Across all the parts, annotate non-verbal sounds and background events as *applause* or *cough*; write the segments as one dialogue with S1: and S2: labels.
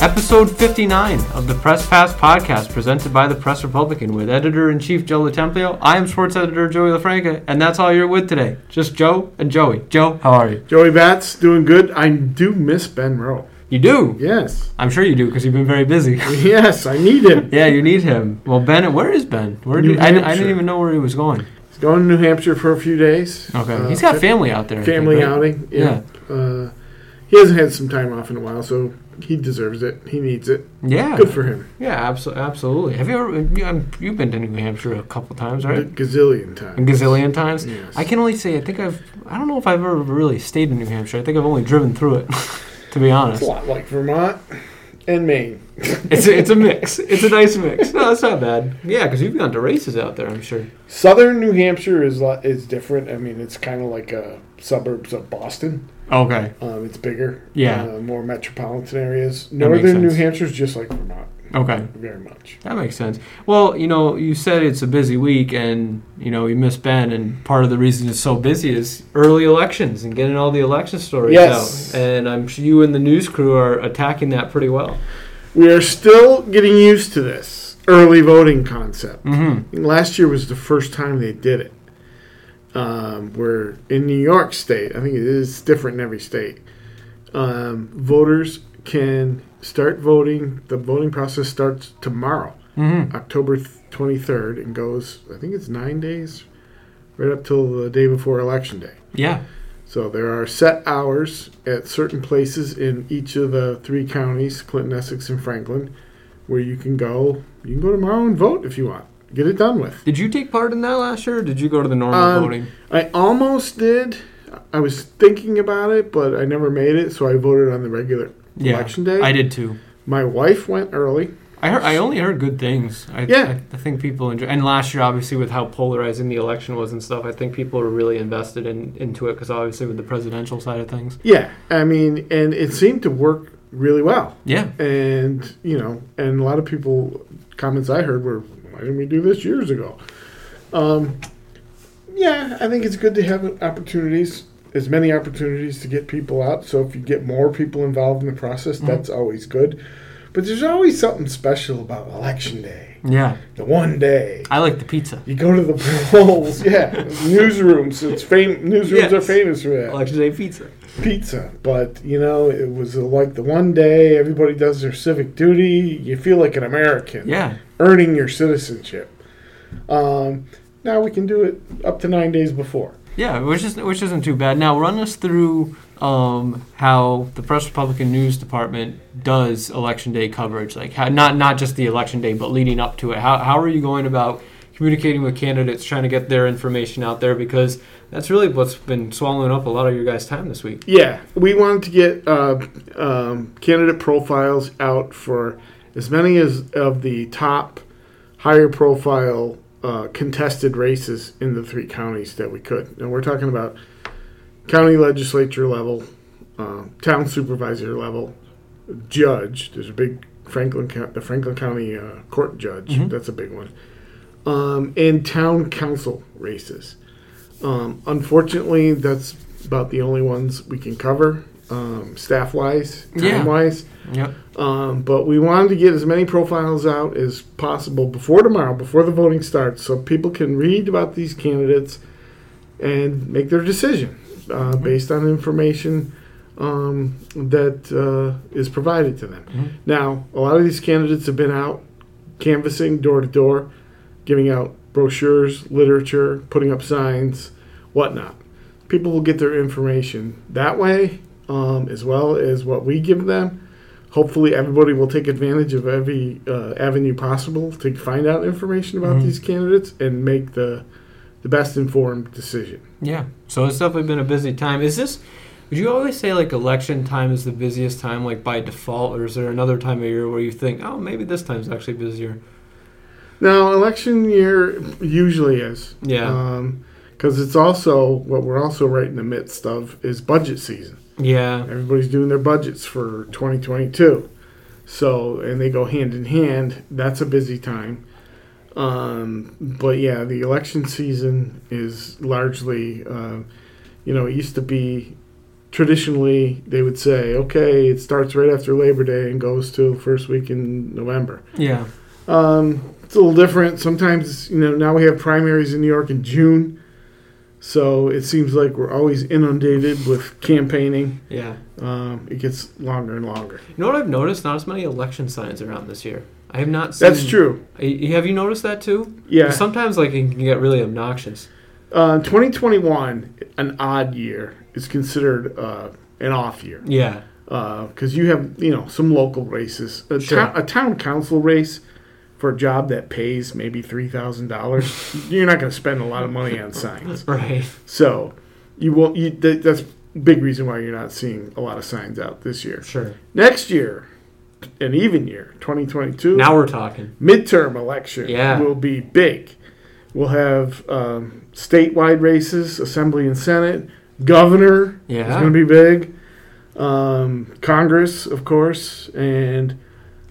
S1: episode 59 of the Press Pass podcast presented by the Press Republican with editor in chief Joe LaTemplio. I am sports editor Joey LaFranca, and that's all you're with today. Just Joe and Joey. Joe, how are you?
S2: Joey Bats doing good. I do miss Ben Rowe.
S1: You do?
S2: Yes,
S1: I'm sure you do because you've been very busy. *laughs*
S2: yes, I need him.
S1: yeah, you need him. Well, Ben, where is Ben? Where
S2: New
S1: did, I, I
S2: Hampshire.
S1: didn't even know where he was going.
S2: He's going to New Hampshire for a few days.
S1: Okay.
S2: Uh,
S1: He's got
S2: fa-
S1: family out there. I think,
S2: family
S1: right?
S2: outing. Yeah. Uh, he hasn't had some time off in a while, so he deserves it. He needs it.
S1: Yeah.
S2: Good for him.
S1: Yeah, absolutely. Absolutely. Have you ever? you- um, You've been to New Hampshire a couple times,
S2: A
S1: right?
S2: gazillion
S1: A
S2: times.
S1: gazillion times.
S2: Yes.
S1: I can only say I think I've. I don't know if I've ever really stayed in New Hampshire. I think I've only driven through it. *laughs* to be
S2: It's
S1: honest,
S2: a lot like Vermont and Maine.
S1: it's a, it's a mix. It's a nice mix. No, it's not bad. Yeah, because you've gone to races out there. I'm sure.
S2: Southern New Hampshire is lo- is different. I mean, it's kind of like uh suburbs of Boston.
S1: Okay.
S2: Um, it's bigger.
S1: Yeah.
S2: Uh, more metropolitan areas.
S1: That makes
S2: Northern New
S1: sense.
S2: Hampshire's just like Vermont,
S1: Okay.
S2: very much.
S1: That makes sense. Well, you know, you said it's a busy week, and you know you miss Ben, and part of the reason it's so busy is early elections and getting all the election stories
S2: Yes.
S1: out. And I'm sure you and the news crew are attacking that pretty well.
S2: We are still getting used to this early voting concept.
S1: Mm-hmm.
S2: Last year was the first time they did it. Um, where in New York State, I think it is different in every state. Um, voters can start voting. The voting process starts tomorrow,
S1: Mm-hmm.
S2: October twenty third, and goes. I think it's nine days, right up till the day before election day.
S1: Yeah.
S2: So there are set hours at certain places in each of the three counties, Clinton, Essex, and Franklin, where you can go. You can go tomorrow and vote if you want. Get it done with.
S1: Did you take part in that last year, or did you go to the normal
S2: Um,
S1: voting?
S2: I almost did. I was thinking about it, but I never made it, so I voted on the regular
S1: Yeah,
S2: election day.
S1: I did too.
S2: My wife went early.
S1: I heard, I only heard good things. I,
S2: Yeah.
S1: I, I think people enjoy. And last year, obviously, with how polarizing the election was and stuff, I think people were really invested in, into it because obviously with the presidential side of things.
S2: Yeah, I mean, and it seemed to work really well.
S1: Yeah.
S2: and you know, and a lot of people comments I heard were, "Why didn't we do this years ago?" Um, yeah, I think it's good to have opportunities, as many opportunities to get people out. So if you get more people involved in the process,
S1: Mhm.
S2: that's always good. But there's always something special about election day,
S1: Yeah.
S2: the one day.
S1: I like the pizza.
S2: You go to the *laughs* polls, yeah. Newsrooms, it's fam- newsrooms are
S1: Yes. Oh,
S2: famous for that
S1: Election day pizza.
S2: pizza, but you know, it was uh, like the one day everybody does their civic duty. You feel like an American,
S1: Yeah.
S2: earning your citizenship. Um, now we can do it up to nine days before.
S1: Yeah, which is which isn't too bad. Now run us through um, how the Press Republican News Department does election day coverage, like how, not not just the election day, but leading up to it. How how are you going about communicating with candidates, trying to get their information out there? Because that's really what's been swallowing up a lot of your guys' time this week.
S2: Yeah, we wanted to get uh, um, candidate profiles out for as many as of the top higher profile uh, contested races in the three counties that we could. And we're talking about county legislature level, uh, town supervisor level, judge. There's a big Franklin County, the Franklin County uh, court judge.
S1: Mhm.
S2: That's a big one. Um, and town council races. Um, unfortunately, that's about the only ones we can cover, um, staff wise,
S1: Yeah.
S2: time wise.
S1: Yep.
S2: Um, but we wanted to get as many profiles out as possible before tomorrow, before the voting starts, so people can read about these candidates and make their decision uh, based on information um, that uh, is provided to them.
S1: Mhm.
S2: Now, a lot of these candidates have been out canvassing door to door, giving out brochures, literature, putting up signs, whatnot. People will get their information that way, um, as well as what we give them. Hopefully, everybody will take advantage of every uh, avenue possible to find out information about
S1: Mhm.
S2: these candidates and make the the best informed decision.
S1: Yeah. So it's definitely been a busy time. Is this? Would you always say like election time is the busiest time, like by default, or is there another time of year where you think, oh, maybe this time's actually busier?
S2: Now, election year usually is.
S1: Yeah.
S2: because it's also what we're also right in the midst of is budget season.
S1: Yeah.
S2: Everybody's doing their budgets for 2022. So, and they go hand in hand. That's a busy time. Um, but yeah, the uh, election season is largely, um, you know, it used to be traditionally they would say, okay, it starts right after Labor Day and goes to the first week in November.
S1: Yeah.
S2: Um, it's a little different. Sometimes, you know, now we have primaries in New York in June. So it seems like we're always inundated with campaigning.
S1: Yeah.
S2: Um, it gets longer and longer.
S1: You know what I've noticed? Not as many election signs around this year. I have not seen.
S2: That's true.
S1: I- Have you noticed that too?
S2: Yeah.
S1: Sometimes like it can get really obnoxious.
S2: Uh, 2021, an odd year, is considered uh, an off year.
S1: Yeah. *laughs*
S2: because you have you know some local races, a,
S1: Sure.
S2: town, a town council race for a job that pays maybe three thousand dollars. You're not going to spend a lot of money on signs,
S1: Right.
S2: so you won't. You, that, that's a big reason why you're not seeing a lot of signs out this year.
S1: Sure.
S2: Next year, an even year, 2022.
S1: Now we're talking.
S2: midterm election
S1: Yeah.
S2: will be big. We'll have um, statewide races, assembly and senate, governor is
S1: Yeah.
S2: going to be big, um, Congress, of course, and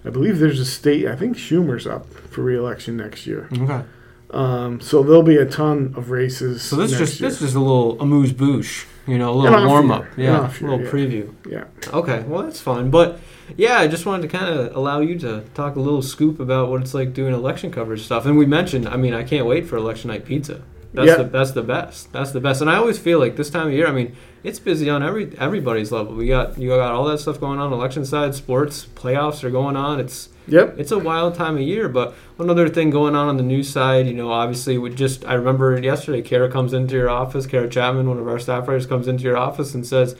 S2: I believe there's a state. I think Schumer's up for reelection next year,
S1: Okay.
S2: um, so there'll be a ton of races.
S1: So this
S2: next
S1: just
S2: year.
S1: this is a little amuse bouche, you know, a
S2: An
S1: little
S2: off
S1: warm
S2: year.
S1: up,
S2: An
S1: yeah,
S2: off
S1: a
S2: year,
S1: little
S2: yeah.
S1: preview.
S2: yeah.
S1: Okay, well that's fun, but yeah, I just wanted to kind of allow you to talk a little scoop about what it's like doing election coverage stuff. And we mentioned, I mean, I can't wait for election night pizza. That's
S2: Yeah.
S1: the that's the best. That's the best. And I always feel like this time of year, I mean, it's busy on every everybody's level. We got you got all that stuff going on election side, sports, playoffs are going on. It's
S2: Yep.
S1: it's a wild time of year. But one other thing going on on the news side, you know, obviously, we just I remember yesterday, Kara comes into your office, Kara Chapman, one of our staff writers, comes into your office and says,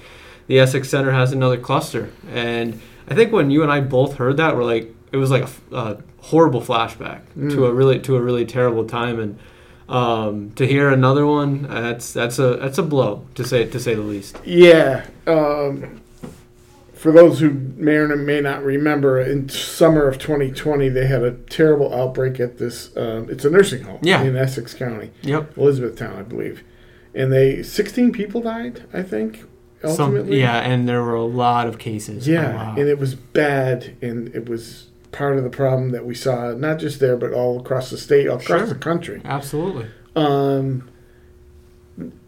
S1: the Essex Center has another cluster. And I think when you and I both heard that, we're like, it was like a, f- a horrible flashback to
S2: Mm.
S1: a really to a really terrible time and. Um, to hear another one, uh, that's that's a that's a blow to say to say the least.
S2: Yeah. Um, for those who may or may not remember, in summer of 2020, they had a terrible outbreak at this. Um, it's a nursing home
S1: Yeah.
S2: in Essex County,
S1: Yep.
S2: Elizabethtown, I believe, and they 16 people died. I think
S1: Some,
S2: ultimately.
S1: yeah, and there were a lot of cases. Oh,
S2: Yeah,
S1: A lot.
S2: and it was bad, and it was part of the problem that we saw not just there, but all across the state, all across
S1: Sure.
S2: the country.
S1: Absolutely.
S2: Um,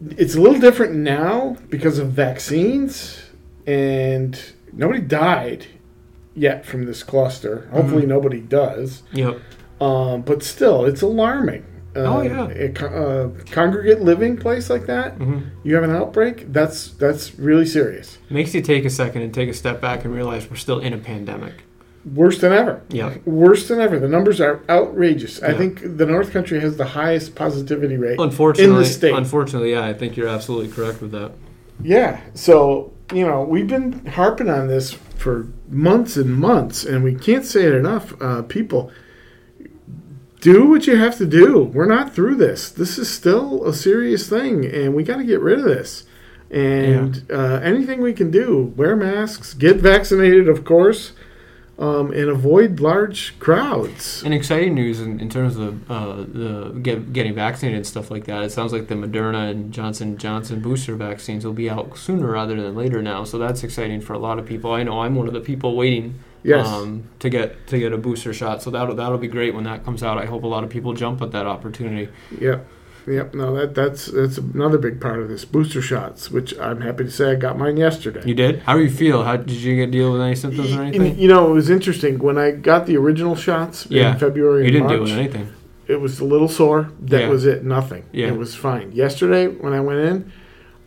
S2: it's a little different now because of vaccines, and nobody died yet from this cluster. Hopefully,
S1: Mm-hmm.
S2: nobody does.
S1: Yep.
S2: Um, but still, it's alarming. Uh,
S1: Oh, yeah.
S2: a co- uh, congregate living place like that,
S1: Mhm.
S2: you have an outbreak. That's that's really serious.
S1: Makes you take a second and take a step back and realize we're still in a pandemic.
S2: Worse than ever.
S1: Yeah.
S2: Worse than ever. The numbers are outrageous. I
S1: Yeah.
S2: think the North Country has the highest positivity rate.
S1: Unfortunately,
S2: state.
S1: unfortunately, yeah, I think you're absolutely correct with that.
S2: Yeah. So, you know, we've been harping on this for months and months, and we can't say it enough. Uh, people, do what you have to do. We're not through this. This is still a serious thing, and we got to get rid of this. And uh, anything we can do, wear masks, get vaccinated, of course, um, and avoid large crowds.
S1: And exciting news in, in terms of uh, the get, getting vaccinated and stuff like that. It sounds like the Moderna and Johnson Johnson booster vaccines will be out sooner rather than later now. So that's exciting for a lot of people. I know I'm one of the people waiting
S2: Yes.
S1: um, to get to get a booster shot. So that'll that'll be great when that comes out. I hope a lot of people jump at that opportunity.
S2: Yep. Yep. No, that, that's that's another big part of this. Booster shots, which I'm happy to say I got mine yesterday.
S1: You did? How do you feel? How did you get deal with any symptoms or
S2: Y-
S1: anything?
S2: and, you know, it was interesting when I got the original shots
S1: Yeah.
S2: in February.
S1: You
S2: and
S1: didn't
S2: March,
S1: deal with anything.
S2: it was a little sore. That
S1: Yeah.
S2: was it. Nothing.
S1: Yeah.
S2: It was fine. Yesterday when I went in,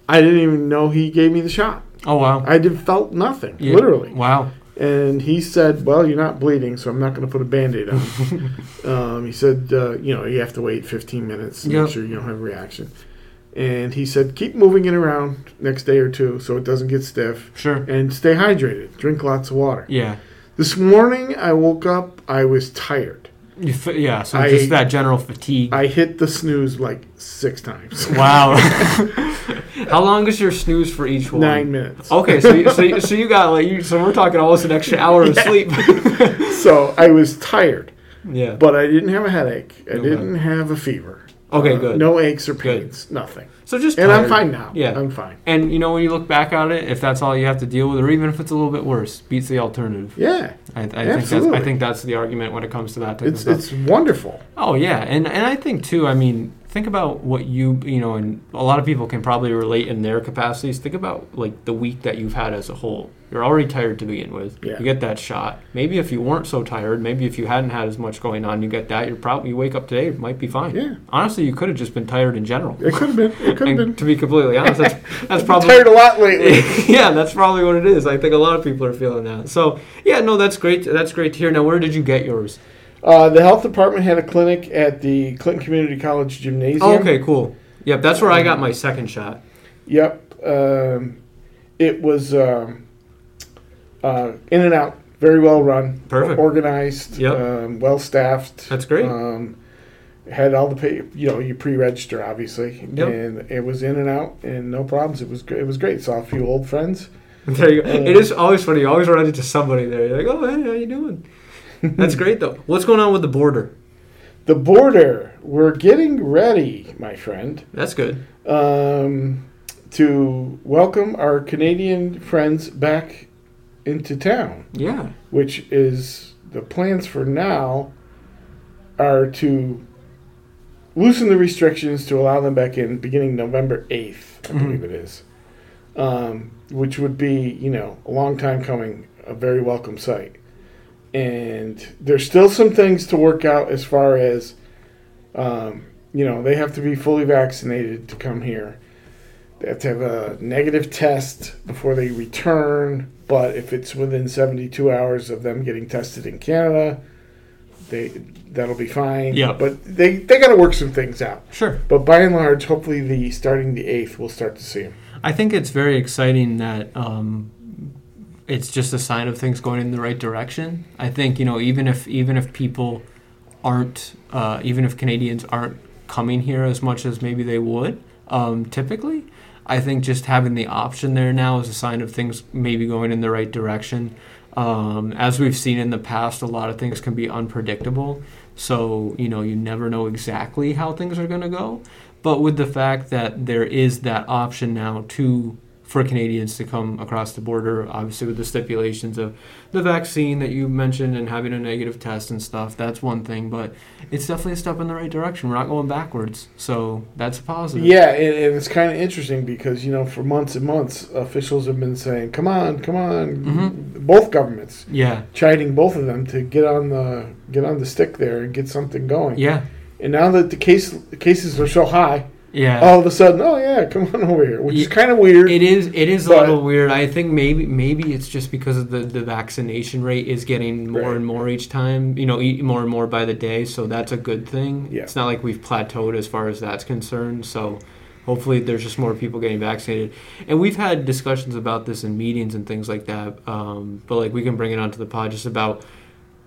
S2: I didn't even know he gave me the shot.
S1: Oh wow.
S2: I did felt nothing,
S1: Yeah.
S2: literally.
S1: Wow.
S2: And he said, "Well, you're not bleeding, so I'm not going to put a band-aid on."
S1: *laughs*
S2: um, he said, uh, "You know, you have to wait 15 minutes to
S1: Yeah.
S2: make sure you don't have a reaction." And he said, "Keep moving it around next day or two, so it doesn't get stiff,
S1: Sure.
S2: and stay hydrated. Drink lots of water."
S1: Yeah.
S2: This morning I woke up, I was tired.
S1: You f- yeah. So
S2: I-
S1: just that general fatigue.
S2: I hit the snooze like six times.
S1: *laughs* wow. *laughs* How long is your snooze for each one?
S2: *laughs* Nine minutes.
S1: Okay, so you, so, you, so you got like you, so we're talking almost an extra hour
S2: *laughs*
S1: of sleep. *laughs*
S2: So I was tired,
S1: yeah.
S2: but I didn't have a headache. I
S1: Okay.
S2: didn't have a fever.
S1: Okay,
S2: Uh,
S1: good.
S2: No aches or
S1: Good.
S2: pains, nothing.
S1: So just
S2: And I'm
S1: tired.
S2: fine now.
S1: Yeah.
S2: I'm fine.
S1: And you know when you look back on it, if that's all you have to deal with, or even if it's a little bit worse, beats the alternative.
S2: Yeah.
S1: I, I think that's I
S2: Absolutely.
S1: think that's the argument when it comes to that. Type of
S2: It's
S1: stuff.
S2: it's wonderful.
S1: Oh yeah, and and I think too. I mean, think about what you you know, and a lot of people can probably relate in their capacities. Think about like the week that you've had as a whole. You're already tired to begin with.
S2: Yeah.
S1: You get that shot. Maybe if you weren't so tired, maybe if you hadn't had as much going on, you get that. You're probably you wake up today, it might be fine.
S2: Yeah.
S1: Honestly, you could have just been tired in general.
S2: It could have been. It could
S1: And
S2: have been.
S1: to be completely honest,
S2: *laughs*
S1: that's, that's
S2: I've
S1: probably
S2: been tired a lot lately.
S1: *laughs* yeah, that's probably what it is. I think a lot of people are feeling that. So yeah, no, that's great. That's great to hear. Now, where did you get yours?
S2: uh, the health department had a clinic at the Clinton Community College gymnasium.
S1: Oh, okay, cool. Yep, that's where I got my second shot.
S2: Yep. Um, it was um, uh, in and out. Very well run.
S1: Perfect.
S2: Organized.
S1: Yep.
S2: Um, well staffed.
S1: That's great.
S2: Um, had all the pay, you know you pre-register obviously,
S1: Yep.
S2: and it was in and out and no problems. It was gr- it was great. Saw a few old friends.
S1: There you go. It is always funny. You always run into somebody there. You're like, oh, hey, how you doing? *laughs* That's great though. What's going on with the border?
S2: The border. We're getting ready, my friend,
S1: That's good.
S2: um, to welcome our Canadian friends back into town.
S1: Yeah.
S2: which is the plans for now are to loosen the restrictions to allow them back in beginning November 8th, I
S1: Mhm.
S2: believe it is, um, which would be, you know, a long time coming, a very welcome sight. And there's still some things to work out as far as, um, you know, they have to be fully vaccinated to come here. They have to have a negative test before they return. But if it's within 72 hours of them getting tested in Canada, they that'll be fine.
S1: Yeah.
S2: But they they got to work some things out.
S1: Sure.
S2: But by and large, hopefully, the starting the eighth, we'll start to see them.
S1: I think it's very exciting that um, it's just a sign of things going in the right direction. I think you know even if even if people aren't uh, even if Canadians aren't coming here as much as maybe they would um, typically, I think just having the option there now is a sign of things maybe going in the right direction. Um, as we've seen in the past, a lot of things can be unpredictable. So, you know, you never know exactly how things are going to go. But with the fact that there is that option now to for Canadians to come across the border, obviously with the stipulations of the vaccine that you mentioned and having a negative test and stuff, that's one thing. But it's definitely a step in the right direction. We're not going backwards, so that's a positive.
S2: Yeah, and, and it's kind of interesting because you know for months and months, officials have been saying, "Come on, come on,"
S1: Mhm.
S2: both governments
S1: yeah,
S2: chiding both of them to get on the get on the stick there and get something going.
S1: yeah,
S2: And now that the case the cases are so high,
S1: yeah.
S2: all of a sudden, oh yeah, *laughs* come on over here, which is kind of weird.
S1: It is. It is a
S2: But-
S1: little weird. I think maybe maybe it's just because of the the vaccination rate is getting more
S2: Right.
S1: and more each time. You know, e- more and more by the day. So that's a good thing.
S2: Yeah.
S1: It's not like we've plateaued as far as that's concerned. So. Hopefully, there's just more people getting vaccinated, and we've had discussions about this in meetings and things like that. Um, but like, we can bring it onto the pod just about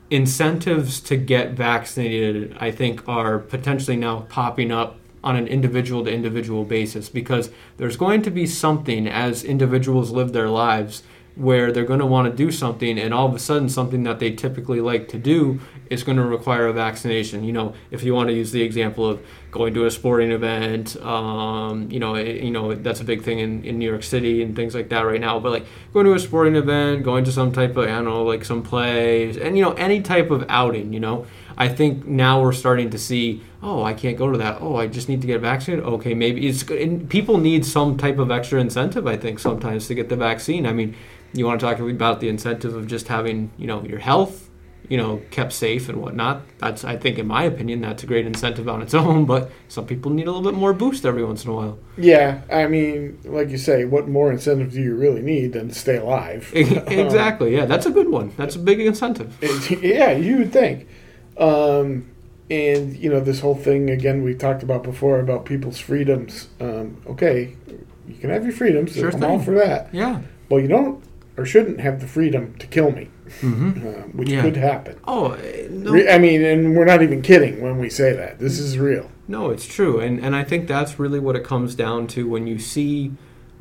S1: incentives to get vaccinated. I think are potentially now popping up on an individual to individual basis because there's going to be something as individuals live their lives where they're going to want to do something and all of a sudden something that they typically like to do is going to require a vaccination you know if you want to use the example of going to a sporting event um, you know it, you know that's a big thing in, in new york city and things like that right now but like going to a sporting event going to some type of i don't know like some plays and you know any type of outing you know I think now we're starting to see, oh, I can't go to that. Oh, I just need to get vaccinated. Okay, maybe it's good. And people need some type of extra incentive, I think, sometimes to get the vaccine. I mean, you want to talk about the incentive of just having, you know, your health, you know, kept safe and whatnot. That's, I think, in my opinion, that's a great incentive on its *laughs* own. But some people need a little bit more boost every once in a while.
S2: yeah, I mean, like you say, what more incentive do you really need than to stay alive?
S1: E,
S2: *laughs* Um,
S1: exactly. Yeah, that's a good one. That's a big incentive.
S2: It- yeah, you would think. Um, and you know this whole thing again we talked about before about people's freedoms. Um, okay, you can have your freedoms.
S1: Sure
S2: I'm all
S1: thing.
S2: for that.
S1: Yeah.
S2: Well, you don't or shouldn't have the freedom to kill me,
S1: hmm
S2: uh, *clears throat* which
S1: Yeah.
S2: could happen.
S1: Oh, eh, no.
S2: Re- I mean, and we're not even kidding when we say that. This is real.
S1: No, it's true, and and I think that's really what it comes down to when you see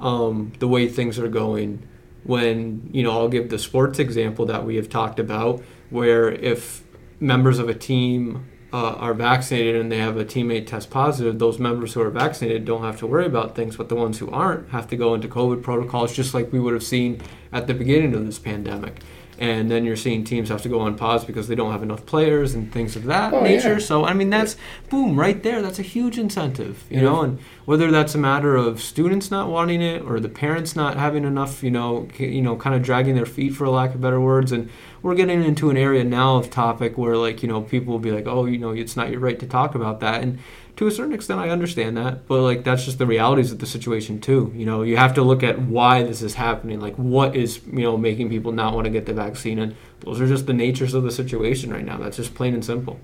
S1: um, the way things are going. When you know, I'll give the sports example that we have talked about, where if members of a team uh, are vaccinated and they have a teammate test positive, those members who are vaccinated don't have to worry about things, but the ones who aren't have to go into COVID protocols, just like we would have seen at the beginning of this pandemic. and then you're seeing teams have to go on pause because they don't have enough players and things of that
S2: Oh,
S1: nature.
S2: yeah.
S1: So I mean, that's boom right there. That's a huge incentive, you
S3: Yeah.
S1: know. And whether that's a matter of students not wanting it or the parents not having enough, you know, c- you know, kind of dragging their feet for lack of better words. And we're getting into an area now of topic where like you know people will be like, oh, you know, it's not your right to talk about that. And to a certain extent, I understand that, but like that's just the realities of the situation too. You know, you have to look at why this is happening. Like, what is you know making people not want to get the vaccine, and those are just the natures of the situation right now. That's just plain and simple.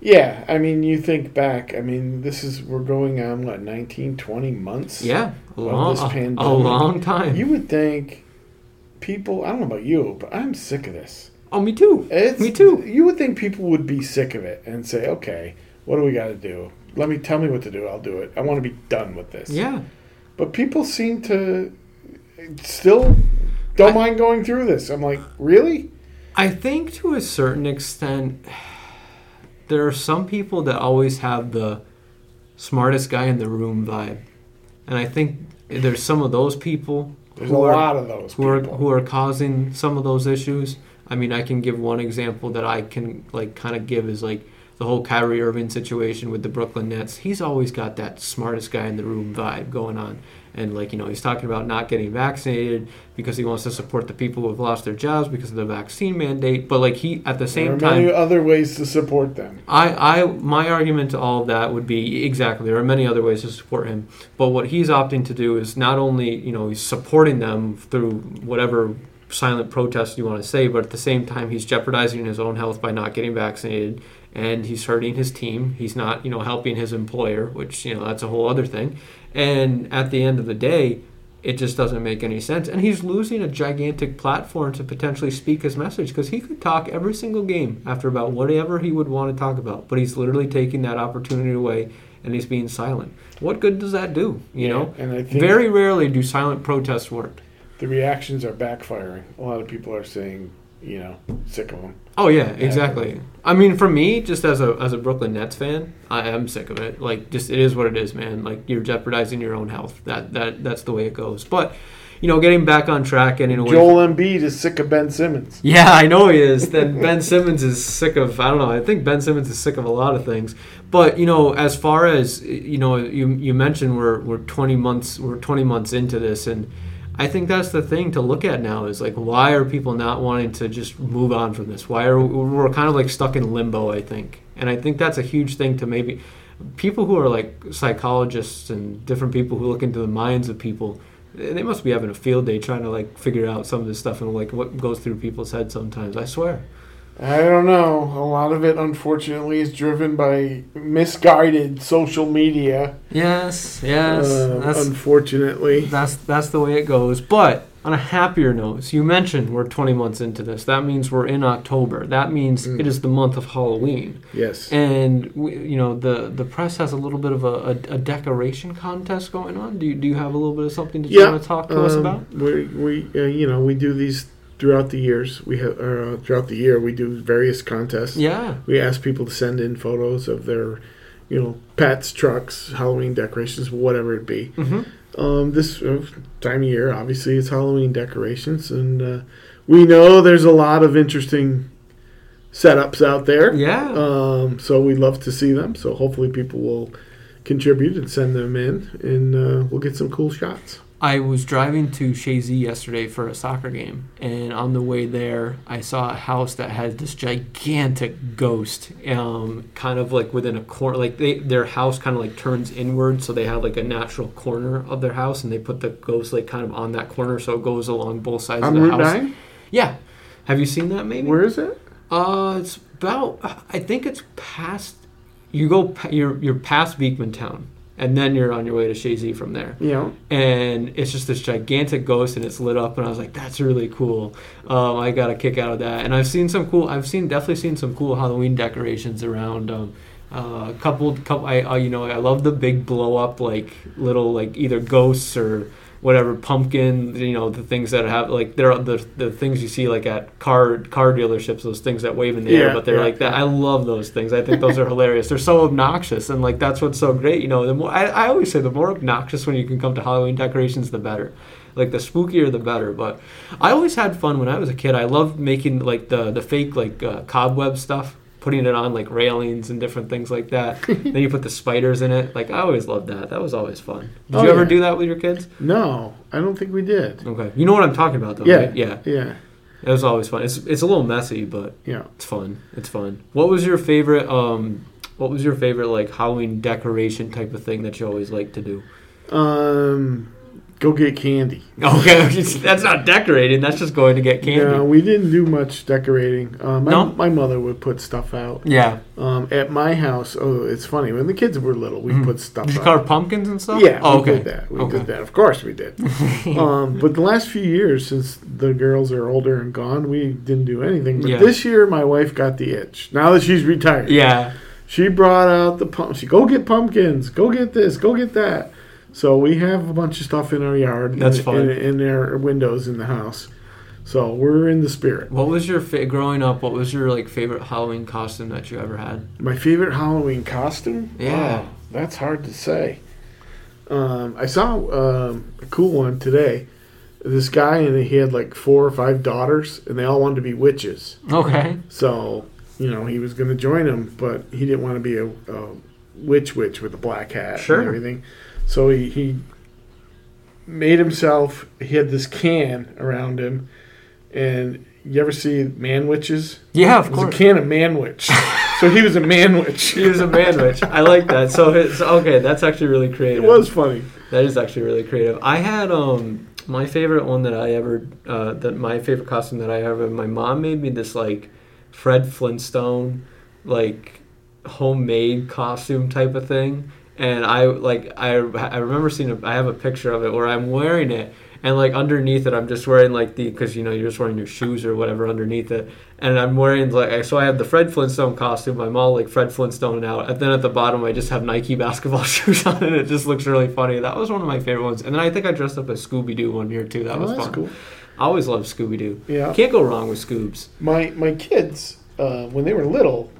S2: Yeah, I mean, you think back. I mean, this is we're going on what 19, 20 months.
S1: Yeah, a
S2: Well,
S1: long,
S2: this
S1: a, a
S2: pandemic-
S1: long time.
S2: You would think people. I don't know about you, but I'm sick of this.
S1: oh, me too.
S2: It's,
S1: Me too.
S2: You would think people would be sick of it and say, "Okay, what do we got to do? Let me tell me what to do. I'll do it. I want to be done with this."
S1: Yeah,
S2: But people seem to still don't
S1: I-
S2: mind going through this. I'm like, really?
S1: I think to a certain extent, there are some people that always have the smartest guy in the room vibe, and I think there's some of those people.
S2: There's
S1: who
S2: a
S1: are-
S2: lot of those
S1: who are
S2: people.
S1: who are causing some of those issues. I mean, I can give one example that I can like kind of give is like the whole Kyrie Irving situation with the Brooklyn Nets. He's always got that smartest guy in the room vibe going on. And like, you know, he's talking about not getting vaccinated because he wants to support the people who have lost their jobs because of the vaccine mandate, but like he at the
S2: there are
S1: same
S2: many
S1: time
S2: other ways to support them.
S1: I, I my argument to all of that would be exactly there are many other ways to support him but what he's opting to do is not only you know he's supporting them through whatever silent protest you want to say but at the same time he's jeopardizing his own health by not getting vaccinated and he's hurting his team he's not you know helping his employer which you know that's a whole other thing and at the end of the day it just doesn't make any sense. And he's losing a gigantic platform to potentially speak his message because he could talk every single game after about whatever he would want to talk about. But he's literally taking that opportunity away and he's being silent. What good does that do? You know?
S2: and I think
S1: Very rarely do silent protests work.
S2: the reactions are backfiring. A lot of people are saying, you know, sick of them.
S1: Oh yeah, exactly. I mean, for me, just as a as a Brooklyn Nets fan, I am sick of it. Like, just it is what it is, man. Like, you're jeopardizing your own health. That that that's the way it goes. But, you know, getting back on track, getting away. from-
S2: Joel Embiid is sick of Ben Simmons.
S1: Yeah, I know he is. Then *laughs* Ben Simmons is sick of I don't know. I think Ben Simmons is sick of a lot of things. But you know, as far as you know, you you mentioned we're we're 20 months we're 20 months into this, and I think that's the thing to look at now is like why are people not wanting to just move on from this? Why are we're kind of like stuck in limbo? I think, and I think that's a huge thing to maybe people who are like psychologists and different people who look into the minds of people they must be having a field day trying to like figure out some of this stuff and like what goes through people's heads sometimes i swear
S2: I don't know. A lot of it, unfortunately, is driven by misguided social media.
S1: yes yes
S2: Uh,
S1: that's
S2: unfortunately.
S1: that's that's the way it goes but on a happier note so you mentioned we're 20 months into this that means we're in october that means
S2: Mm.
S1: it is the month of halloween
S2: Yes.
S1: and we, you know the the press has a little bit of a, a, a decoration contest going on do you, do you have a little bit of something that you
S2: Yeah,
S1: want to talk to us
S2: Um,
S1: about
S2: We we uh, you know we do these throughout the years. We have uh, throughout the year we do various contests.
S1: yeah
S2: We ask people to send in photos of their, you know, pets, trucks, Halloween decorations, whatever it be.
S1: hmm
S2: Um, this uh, time of year, obviously, it's Halloween decorations, and uh, we know there's a lot of interesting setups out there.
S1: yeah
S2: Um, so we love to see them. So hopefully, people will contribute and send them in, and uh, we'll get some cool shots.
S1: I was driving to Shazy yesterday for a soccer game, and on the way there, I saw a house that had this gigantic ghost, um, kind of like within a corner. Like they, their house kind of like turns inward, so they have like a natural corner of their house, and they put the ghost like kind of on that corner, so it goes along both sides
S2: I'm
S1: of the
S2: Route
S1: house.
S2: Nine.
S1: Yeah, have you seen that? Maybe.
S2: Where is it?
S1: Uh, it's about. I think it's past. You go. pa- You're you're past Beekman Town, and then you're on your way to Shazy from there
S2: You know,
S1: and it's just this gigantic ghost and it's lit up and i was like that's really cool um, i got a kick out of that and i've seen some cool i've seen definitely seen some cool halloween decorations around um, uh, coupled couple i uh, you know i love the big blow up like little like either ghosts or whatever pumpkin, you know, the things that have like they're the the things you see like at car car dealerships, those things that wave in the air,
S2: Yeah,
S1: but they're
S2: yeah.
S1: like that. I love those things. I think those are hilarious. They're so obnoxious, and like that's what's so great. You know, the more I, I always say, the more obnoxious when you can come to Halloween decorations, the better. Like the spookier, the better. But I always had fun when I was a kid. I loved making like the the fake like uh, cobweb stuff. Putting it on like railings and different things like
S2: *laughs*
S1: that. then you put the spiders in it. Like I always loved that. That was always fun. Did
S2: Oh,
S1: you ever
S2: yeah.
S1: do that with your kids?
S2: No, I don't think we did.
S1: Okay. You know what I'm talking about, though.
S2: Yeah.
S1: Right? Yeah.
S2: Yeah,
S1: It was always fun. It's it's a little messy, but
S2: yeah.
S1: it's fun. It's fun. What was your favorite? Um, what was your favorite like Halloween decoration type of thing that you always liked to do? *laughs*
S2: Um, go get candy.
S1: Okay, that's not decorating. That's just going to get candy.
S2: No, we didn't do much decorating. Uh, my,
S1: No?
S2: my mother would put stuff out.
S1: Yeah.
S2: Um, at my house, oh, it's funny. When the kids were little, we
S1: Mhm.
S2: put stuff
S1: Did you
S2: out.
S1: carve pumpkins and stuff?
S2: Yeah,
S1: Oh,
S2: we
S1: okay.
S2: did that. We
S1: Okay.
S2: did that. Of course,
S1: *laughs*
S2: we did. um, but the last few years, since the girls are older and gone, we didn't do anything. But
S1: Yeah.
S2: this year, my wife got the itch. Now that she's retired,
S1: Yeah.
S2: she brought out the pump. She go get pumpkins. Go get this. Go get that. So we have a bunch of stuff in our yard.
S1: That's
S2: and,
S1: fun.
S2: and in our windows in the house. So we're in the spirit.
S1: What was your fa- growing up? What was your like favorite Halloween costume that you ever had?
S2: My favorite Halloween costume?
S1: Yeah.
S2: Wow, that's hard to say. Um, I saw um, a cool one today. This guy, and he had like four or five daughters, and they all wanted to be witches.
S1: Okay.
S2: So, you know, he was going to join them, but he didn't want to be a, a witch witch with a black hat
S1: Sure.
S2: and everything. So he, he made himself, he had this can around him, and you ever see man witches?
S1: Yeah, of
S2: It was a
S1: course.
S2: can of man
S1: *laughs*
S2: witch. so he was a man witch.
S1: He was a man witch. I like that. So it's okay. That's actually really
S2: It
S1: creative.
S2: was funny.
S1: That is actually really creative. I had um my favorite one that I ever uh, that my favorite costume that I ever my mom made me this like Fred Flintstone like homemade costume type of thing and I like I I remember seeing a, I have a picture of it where I'm wearing it and like underneath it I'm just wearing like the because you know you're just wearing your shoes or whatever underneath it and I'm wearing like so I have the Fred Flintstone costume I'm all like Fred Flintstone out and then at the bottom I just have Nike basketball *laughs* shoes on and it just looks really funny that was one of my favorite ones and then I think I dressed up as Scooby Doo one year too that
S2: Oh,
S1: was
S2: that's
S1: fun
S2: cool.
S1: I always loved Scooby Doo
S2: Yeah.
S1: can't go wrong with Scoobs
S2: My my kids, uh, when they were little,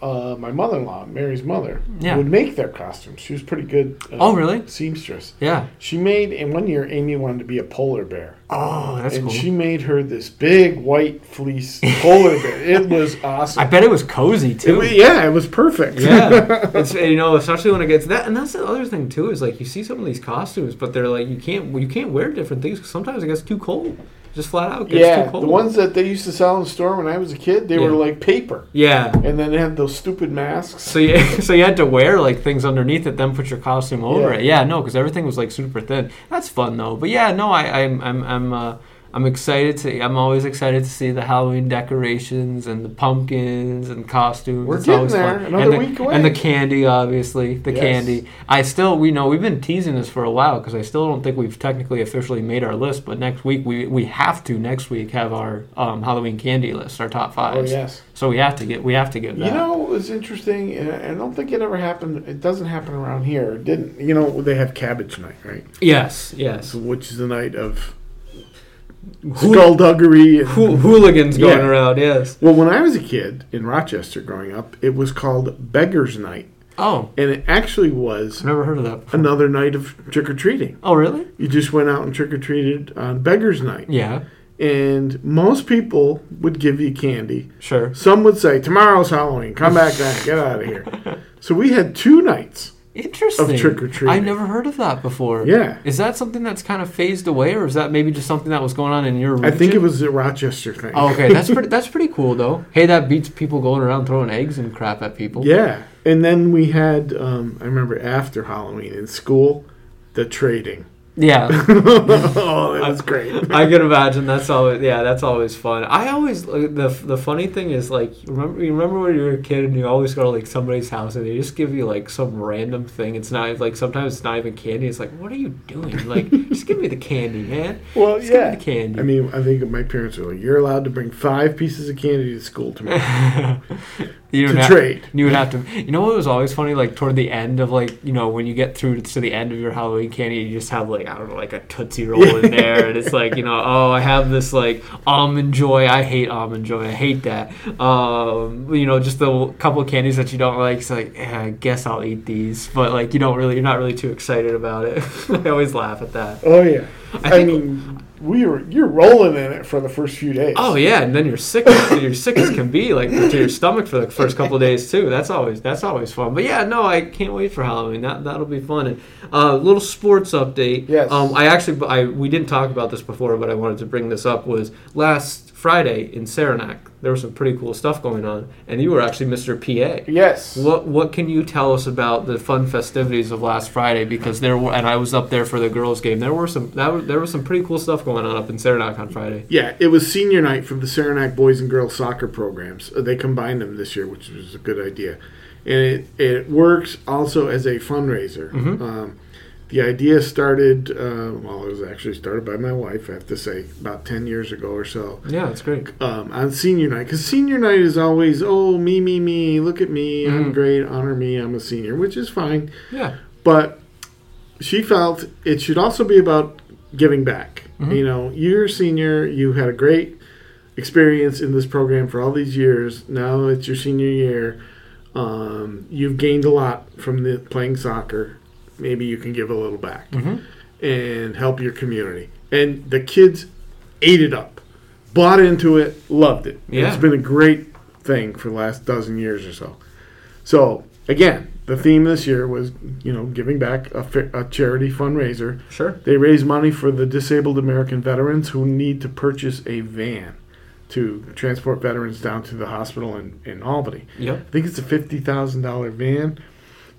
S2: uh, my mother in law, Mary's mother,
S1: Yeah.
S2: would make their costumes. She was pretty good. Uh,
S1: Oh, really?
S2: Seamstress.
S1: yeah
S2: She made, and one year Amy wanted to be a polar bear,
S1: oh that's
S2: and
S1: cool
S2: she made her this big white fleece polar
S1: *laughs*
S2: bear. It was awesome.
S1: I bet it was cozy
S2: It
S1: too
S2: wa- yeah, it was perfect. *laughs*
S1: yeah, *laughs* it's you know, especially when it gets that, and that's the other thing too is like you see some of these costumes, but they're like you can't you can't wear different things 'cause sometimes it gets too cold, just flat out gets
S2: Yeah,
S1: too
S2: the
S1: cold.
S2: ones that they used to sell in the store when I was a kid, they were
S1: Yeah.
S2: like paper,
S1: yeah.
S2: and then they had those stupid masks.
S1: So you, *laughs* so you had to wear like things underneath it, then put your costume over
S2: Yeah.
S1: it. Yeah, no, because everything was like super thin. That's fun though. But yeah, no, I, I'm I'm I'm uh, I'm excited to. I'm always excited to see the Halloween decorations and the pumpkins and costumes.
S2: We're
S1: it's
S2: getting
S1: always
S2: there.
S1: fun.
S2: Another
S1: and the,
S2: week away.
S1: And the candy, obviously, the
S2: Yes.
S1: candy. I still, we know, we've been teasing this for a while because I still don't think we've technically officially made our list. But next week, we we have to next week have our um, Halloween candy list, our top
S2: Oh
S1: fives.
S2: yes.
S1: So we have to get we have to get that.
S2: You know what was interesting? Uh, And I I don't think it ever happened. It doesn't happen around here. It didn't. You know, they have Cabbage Night, right?
S1: yes, yes.
S2: So, which is the night of
S1: Hool-
S2: skullduggery. and-
S1: hoo- hooligans going
S2: Yeah.
S1: around. Yes.
S2: well, when I was a kid in Rochester growing up, it was called Beggar's Night.
S1: Oh,
S2: And it actually was
S1: I've never heard of that.
S2: another night of trick or treating.
S1: Oh, really?
S2: You just went out and trick or treated on Beggar's Night.
S1: Yeah.
S2: And most people would give you candy.
S1: Sure.
S2: Some would say, Tomorrow's Halloween. Come back then. Get out
S1: *laughs*
S2: of here. So we had two nights.
S1: Interesting.
S2: trick or treating.
S1: I've never heard of that before.
S2: Yeah.
S1: Is that something that's kind of phased away, or is that maybe just something that was going on in your?
S2: I
S1: Region?
S2: think it was the Rochester thing.
S1: Oh, okay, that's pretty. That's pretty cool, though. Hey, that beats people going around throwing eggs and crap at people.
S2: *laughs* Yeah, and then we had um, I remember after Halloween in school, the trading. *laughs*
S1: Yeah.
S2: oh, that was great.
S1: *laughs* I can imagine that's always yeah that's always fun. I always like, the the funny thing is like remember you remember when you were a kid and you always go to like somebody's house and they just give you like some random thing. It's not like sometimes it's not even candy. It's like what are you doing? Like just give me the candy, man.
S2: Well,
S1: Just give me the candy.
S2: I mean, I think my parents were like, "You're allowed to bring five pieces of candy to school tomorrow *laughs*
S1: you don't
S2: to
S1: have-
S2: trade."
S1: You would have to. You know what was always funny? Like toward the end of like you know when you get through to the end of your Halloween candy, you just have like like I don't know, like a tootsie roll
S2: *laughs*
S1: in there, and it's like you know, oh, I have this like almond joy. I hate almond joy. I hate that. Um, you know, just the couple of candies that you don't like. It's like eh, I guess I'll eat these, but like you don't really, you're not really too excited about it. *laughs* I always laugh at that.
S2: Oh yeah.
S1: I
S2: I,
S1: think-
S2: mean, we were you're rolling in it for the first few days.
S1: Oh yeah, and then you're sick. as- you're sick as can be, like to your stomach for the first couple of days too. That's always that's always fun. But yeah, no, I can't wait for Halloween. That that'll be fun. And uh, little sports update.
S2: Yes.
S1: Um, I actually I we didn't talk about this before, but I wanted to bring this up. Was last Friday in Saranac, there was some pretty cool stuff going on, and you were actually Mr. PA.
S2: Yes.
S1: What what can you tell us about the fun festivities of last Friday? Because there were, and I was up there for the girls' game. There were some that, were- there was some pretty cool stuff going on up in Saranac on Friday.
S2: Yeah, it was senior night for the Saranac boys and girls soccer programs. Uh, They combined them this year, which was a good idea, and it it works also as a fundraiser. Um, the idea started, uh, well, it was actually started by my wife. I have to say, about ten years ago or so.
S1: Yeah, it's great.
S2: um, on senior night because senior night is always oh me me me look at me I'm
S1: Mhm.
S2: great honor me I'm a senior which is fine
S1: Yeah.
S2: but she felt it should also be about giving back
S1: Mhm.
S2: you know you're a senior you had a great experience in this program for all these years now it's your senior year um, you've gained a lot from the playing soccer maybe you can give a little back
S1: Mm-hmm.
S2: and help your community. And the kids ate it up, bought into it, loved it. And It's
S1: Yeah.
S2: been a great thing for the last dozen years or so. So, again, the theme this year was, you know, giving back a, fa- a charity fundraiser.
S1: Sure.
S2: They raise money for the disabled American veterans who need to purchase a van to transport veterans down to the hospital in, in Albany.
S1: Yep.
S2: I think it's a fifty thousand dollar van.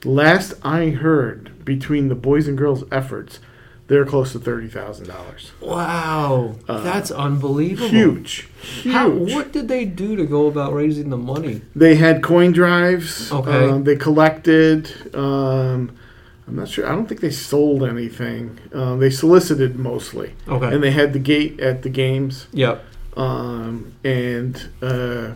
S2: Last I heard, between the boys and girls efforts, they're close to thirty thousand dollars.
S1: Wow,
S2: Uh,
S1: that's unbelievable.
S2: Huge, huge.
S1: How, what did they do to go about raising the money?
S2: They had coin drives.
S1: Okay.
S2: Um, they collected. Um, I'm not sure. I don't think they sold anything. Um, they solicited mostly,
S1: Okay.
S2: and they had the gate at the games,
S1: yep.
S2: um, and uh,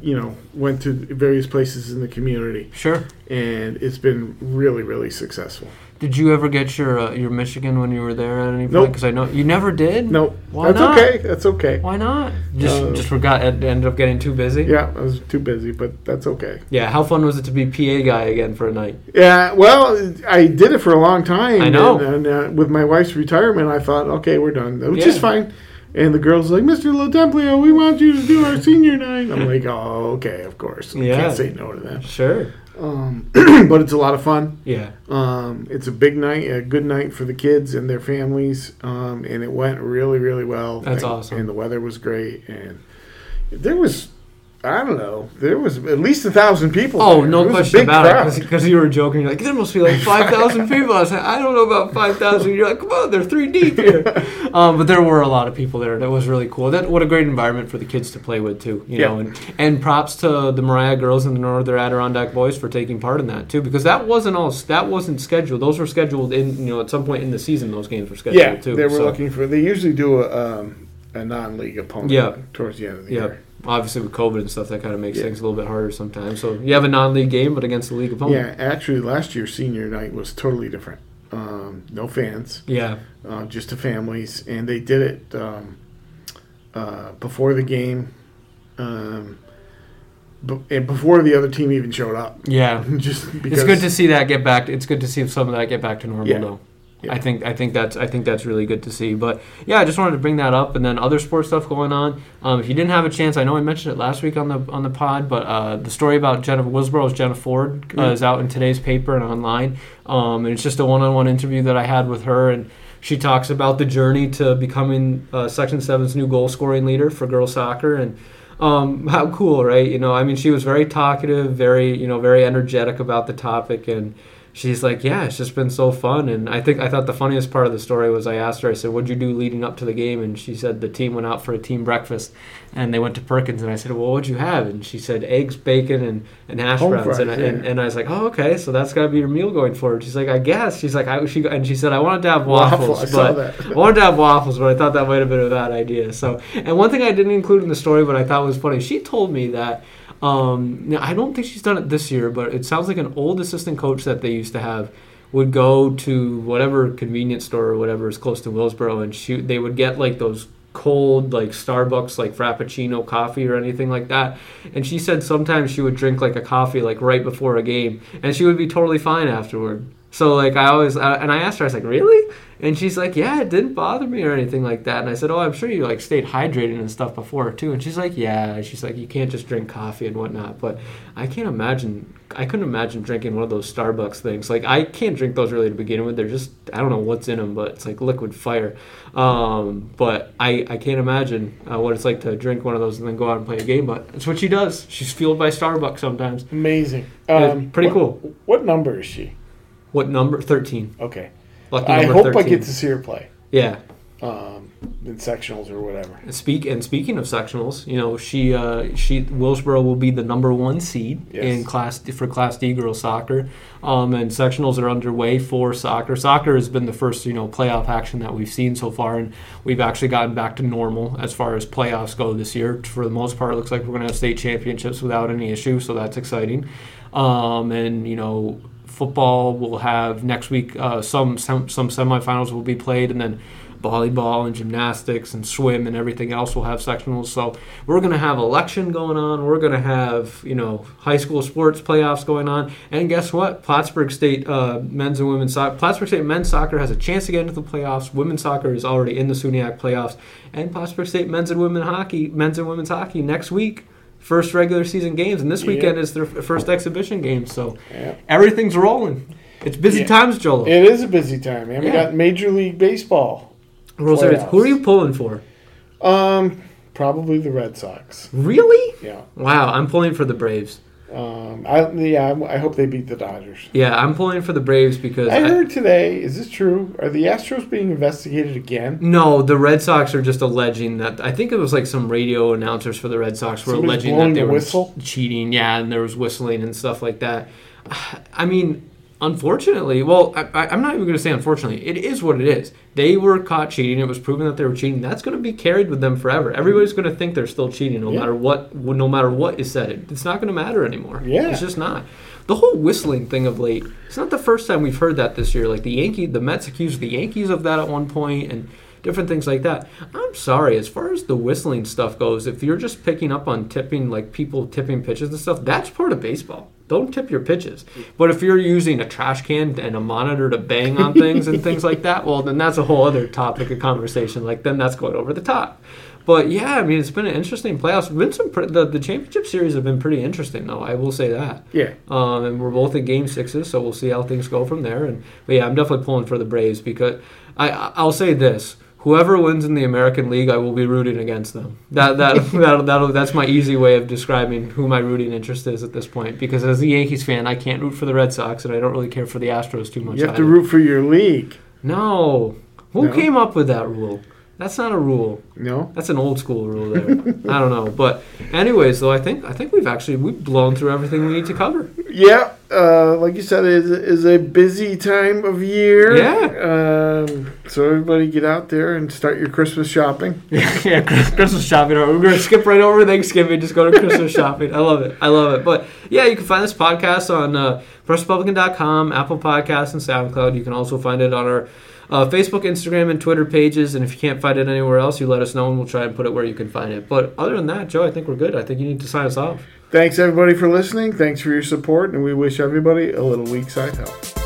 S2: you know went to various places in the community,
S1: Sure.
S2: and it's been really, really successful.
S1: Did you ever get your uh, your Michigan when you were there at any point?
S2: Nope.
S1: Because I know you never did.
S2: No,
S1: Why
S2: that's
S1: not?
S2: okay. That's okay.
S1: Why not? Just
S2: Uh,
S1: just forgot. Ed- Ended up getting too busy.
S2: Yeah, I was too busy, but that's okay.
S1: Yeah. How fun was it to be PA guy again for a night?
S2: Yeah, well, I did it for a long time.
S1: I know.
S2: And, and, uh, with my wife's retirement, I thought, okay, we're done, which is
S1: Yeah.
S2: fine. And the girl's like, Mr. Lotemplio, we want you to do our senior night. I'm like, oh, okay, of course.
S1: Yeah.
S2: I can't say no to that.
S1: Sure.
S2: Um, *clears throat* but it's a lot of fun.
S1: Yeah.
S2: Um, it's a big night, a good night for the kids and their families, um, and it went really, really well.
S1: That's
S2: and,
S1: awesome.
S2: And the weather was great, and there was, I don't know, there was at least a thousand people.
S1: Oh,
S2: there.
S1: no
S2: It was a
S1: question *laughs*
S2: big
S1: about it.
S2: crowd.
S1: Because you were joking. You're like, there must be *laughs* like 5,000 people. I was like, I don't know about 5,000. You're like, come on, they're three deep here. *laughs* um, but there were a lot of people there. That was really cool. That What a great environment for the kids to play with, too. You
S2: Yeah.
S1: know, and, and props to the Mariah girls and the Northern Adirondack boys for taking part in that, too. Because that wasn't all, that wasn't scheduled. Those were scheduled in, you know, at some point in the season, those games were scheduled,
S2: Yeah,
S1: too.
S2: they were
S1: So,
S2: looking for. They usually do a, um, a non-league opponent
S1: Yeah.
S2: towards the end of the
S1: Yeah.
S2: year.
S1: Obviously, with COVID and stuff, that kind of makes
S2: Yeah.
S1: things a little bit harder sometimes. So you have a non league game, but against the league opponent.
S2: Yeah, actually, last year's senior night was totally different. Um, no fans.
S1: Yeah.
S2: uh, just to families, and they did it um, uh, before the game, um, b- and before the other team even showed up. *laughs*
S1: Yeah.
S2: just because
S1: It's good to see that get back. It's good to see some of that get back to normal,
S2: Yeah.
S1: though.
S2: Yeah.
S1: I think I think that's I think that's really good to see. But yeah, I just wanted to bring that up, and then other sports stuff going on. Um, if you didn't have a chance, I know I mentioned it last week on the on the pod, but uh, the story about Jenna Willsborough's Jenna Ford uh,
S2: Mhm.
S1: is out in today's paper and online, um, and it's just a one-on-one interview that I had with her, and she talks about the journey to becoming uh, Section 7's new goal scoring leader for girls soccer, and um, how cool, right? You know, I mean, she was very talkative, very you know, very energetic about the topic, and she's like, "Yeah, it's just been so fun." And I think I thought the funniest part of the story was I asked her, I said, "What'd you do leading up to the game?" And she said the team went out for a team breakfast, and they went to Perkins, and I said, "Well, what'd you have?" And she said, "Eggs, bacon, and and hash
S2: Home
S1: browns."
S2: fries,
S1: and, I- and
S2: yeah.
S1: and I was like, "Oh, okay, so that's gotta be your meal going forward." She's like, "I guess." She's like, "I she and she said I wanted to have waffles,
S2: Waffle, I saw
S1: but."
S2: that.
S1: I wanted to have waffles, but I thought that might have been a bad idea. So, and one thing I didn't include in the story, but I thought was funny, she told me that. Um, now I don't think she's done it this year, but it sounds like an old assistant coach that they used to have would go to whatever convenience store or whatever is close to Willsboro and shoot. They would get like those cold like Starbucks like Frappuccino coffee or anything like that. And she said sometimes she would drink like a coffee like right before a game, and she would be totally fine afterward. So like I always I, and I asked her I was like really, and she's like yeah it didn't bother me or anything like that. And I said oh I'm sure you like stayed hydrated and stuff before too. And she's like yeah she's like you can't just drink coffee and whatnot. But I can't imagine I couldn't imagine drinking one of those Starbucks things. Like I can't drink those really to begin with. They're just I don't know what's in them, but it's like liquid fire. Um, but I I can't imagine uh, what it's like to drink one of those and then go out and play a game. But that's what she does. She's fueled by Starbucks sometimes.
S2: Amazing. Um,
S1: Yeah, pretty
S2: what-
S1: cool.
S2: What number is she?
S1: What number? Thirteen.
S2: Okay.
S1: Lucky
S2: I
S1: number
S2: hope
S1: 13.
S2: I get to see her play
S1: Yeah.
S2: um, in sectionals or whatever.
S1: Speak and speaking of sectionals, you know she uh, she Willsboro will be the number one seed
S2: Yes.
S1: in class for Class D girls soccer, um, and sectionals are underway for soccer. Soccer has been the first you know playoff action that we've seen so far, and we've actually gotten back to normal as far as playoffs go this year. For the most part, it looks like we're going to have state championships without any issue, so that's exciting. Um, and you know football will have next week. Uh, some, some some semifinals will be played, and then volleyball and gymnastics and swim and everything else will have sectionals. So we're going to have election going on. We're going to have you know high school sports playoffs going on. And guess what? Plattsburgh State uh, men's and women's soccer. Plattsburgh State men's soccer has a chance to get into the playoffs. Women's soccer is already in the SUNYAC playoffs. And Plattsburgh State men's and women hockey, men's and women's hockey next week. First regular season games, and this
S2: Yeah.
S1: weekend is their f- first exhibition game. So
S2: Yeah.
S1: everything's rolling. It's busy
S2: Yeah.
S1: times, Jolo.
S2: It is a busy time, man. We
S1: Yeah.
S2: got Major League Baseball.
S1: Rolls everything.
S2: playoffs.
S1: Who are you pulling for?
S2: Um, probably the Red Sox.
S1: Really?
S2: Yeah.
S1: Wow, I'm pulling for the Braves.
S2: Um, I yeah. I, I hope they beat the Dodgers.
S1: Yeah, I'm pulling for the Braves because
S2: I
S1: I-
S2: heard today. Is this true? Are the Astros being investigated again?
S1: no, the Red Sox are just alleging that I think it was like some radio announcers for the Red Sox were
S2: Somebody's
S1: alleging
S2: blowing
S1: that they
S2: the
S1: were
S2: whistle?
S1: cheating. Yeah, and there was whistling and stuff like that. *sighs* I mean, unfortunately, well, I, I, I'm not even going to say unfortunately. It is what it is. They were caught cheating. It was proven that they were cheating. That's going to be carried with them forever. Everybody's going to think they're still cheating, no
S2: Yeah.
S1: matter what. No matter what is said, It- it's not going to matter anymore.
S2: Yeah.
S1: it's just not. The whole whistling thing of late. It's not the first time we've heard that this year. Like the Yankee, the Mets accused the Yankees of that at one point, and different things like that. I'm sorry, as far as the whistling stuff goes, if you're just picking up on tipping, like people tipping pitches and stuff, that's part of baseball. Don't tip your pitches. But if you're using a trash can and a monitor to bang on things and things like that, well, then that's a whole other topic of conversation. Like, then that's going over the top. But yeah, I mean, it's been an interesting playoffs. Been some pre- the, the championship series have been pretty interesting, though. I will say that.
S2: Yeah.
S1: Um, and we're both in game sixes, so we'll see how things go from there. And but yeah, I'm definitely pulling for the Braves because I I- I'll say this: whoever wins in the American League, I will be rooting against them. That
S2: *laughs*
S1: that that that'll, that's my easy way of describing who my rooting interest is at this point. Because as a Yankees fan, I can't root for the Red Sox, and I don't really care for the Astros too much.
S2: You have to
S1: either.
S2: root for your league.
S1: No, who
S2: No?
S1: came up with that rule? That's not a rule.
S2: No.
S1: That's an old school rule there. I don't know, but anyways, though I think I think we've actually we've blown through everything we need to cover.
S2: Yeah. Uh, like you said, it is, is a busy time of year.
S1: Yeah.
S2: Um, so everybody get out there and start your Christmas shopping.
S1: *laughs* yeah, Chris- Christmas shopping. We're going to skip right over Thanksgiving, just go to Christmas shopping. I love it. I love it. But yeah, you can find this podcast on uh, pressrepublican.com, Apple Podcasts, and SoundCloud. You can also find it on our uh, Facebook, Instagram, and Twitter pages. And if you can't find it anywhere else, you let us know and we'll try and put it where you can find it. But other than that, Joe, I think we're good. I think you need to sign us off.
S2: Thanks everybody for listening. Thanks for your support, and we wish everybody a little weak side help.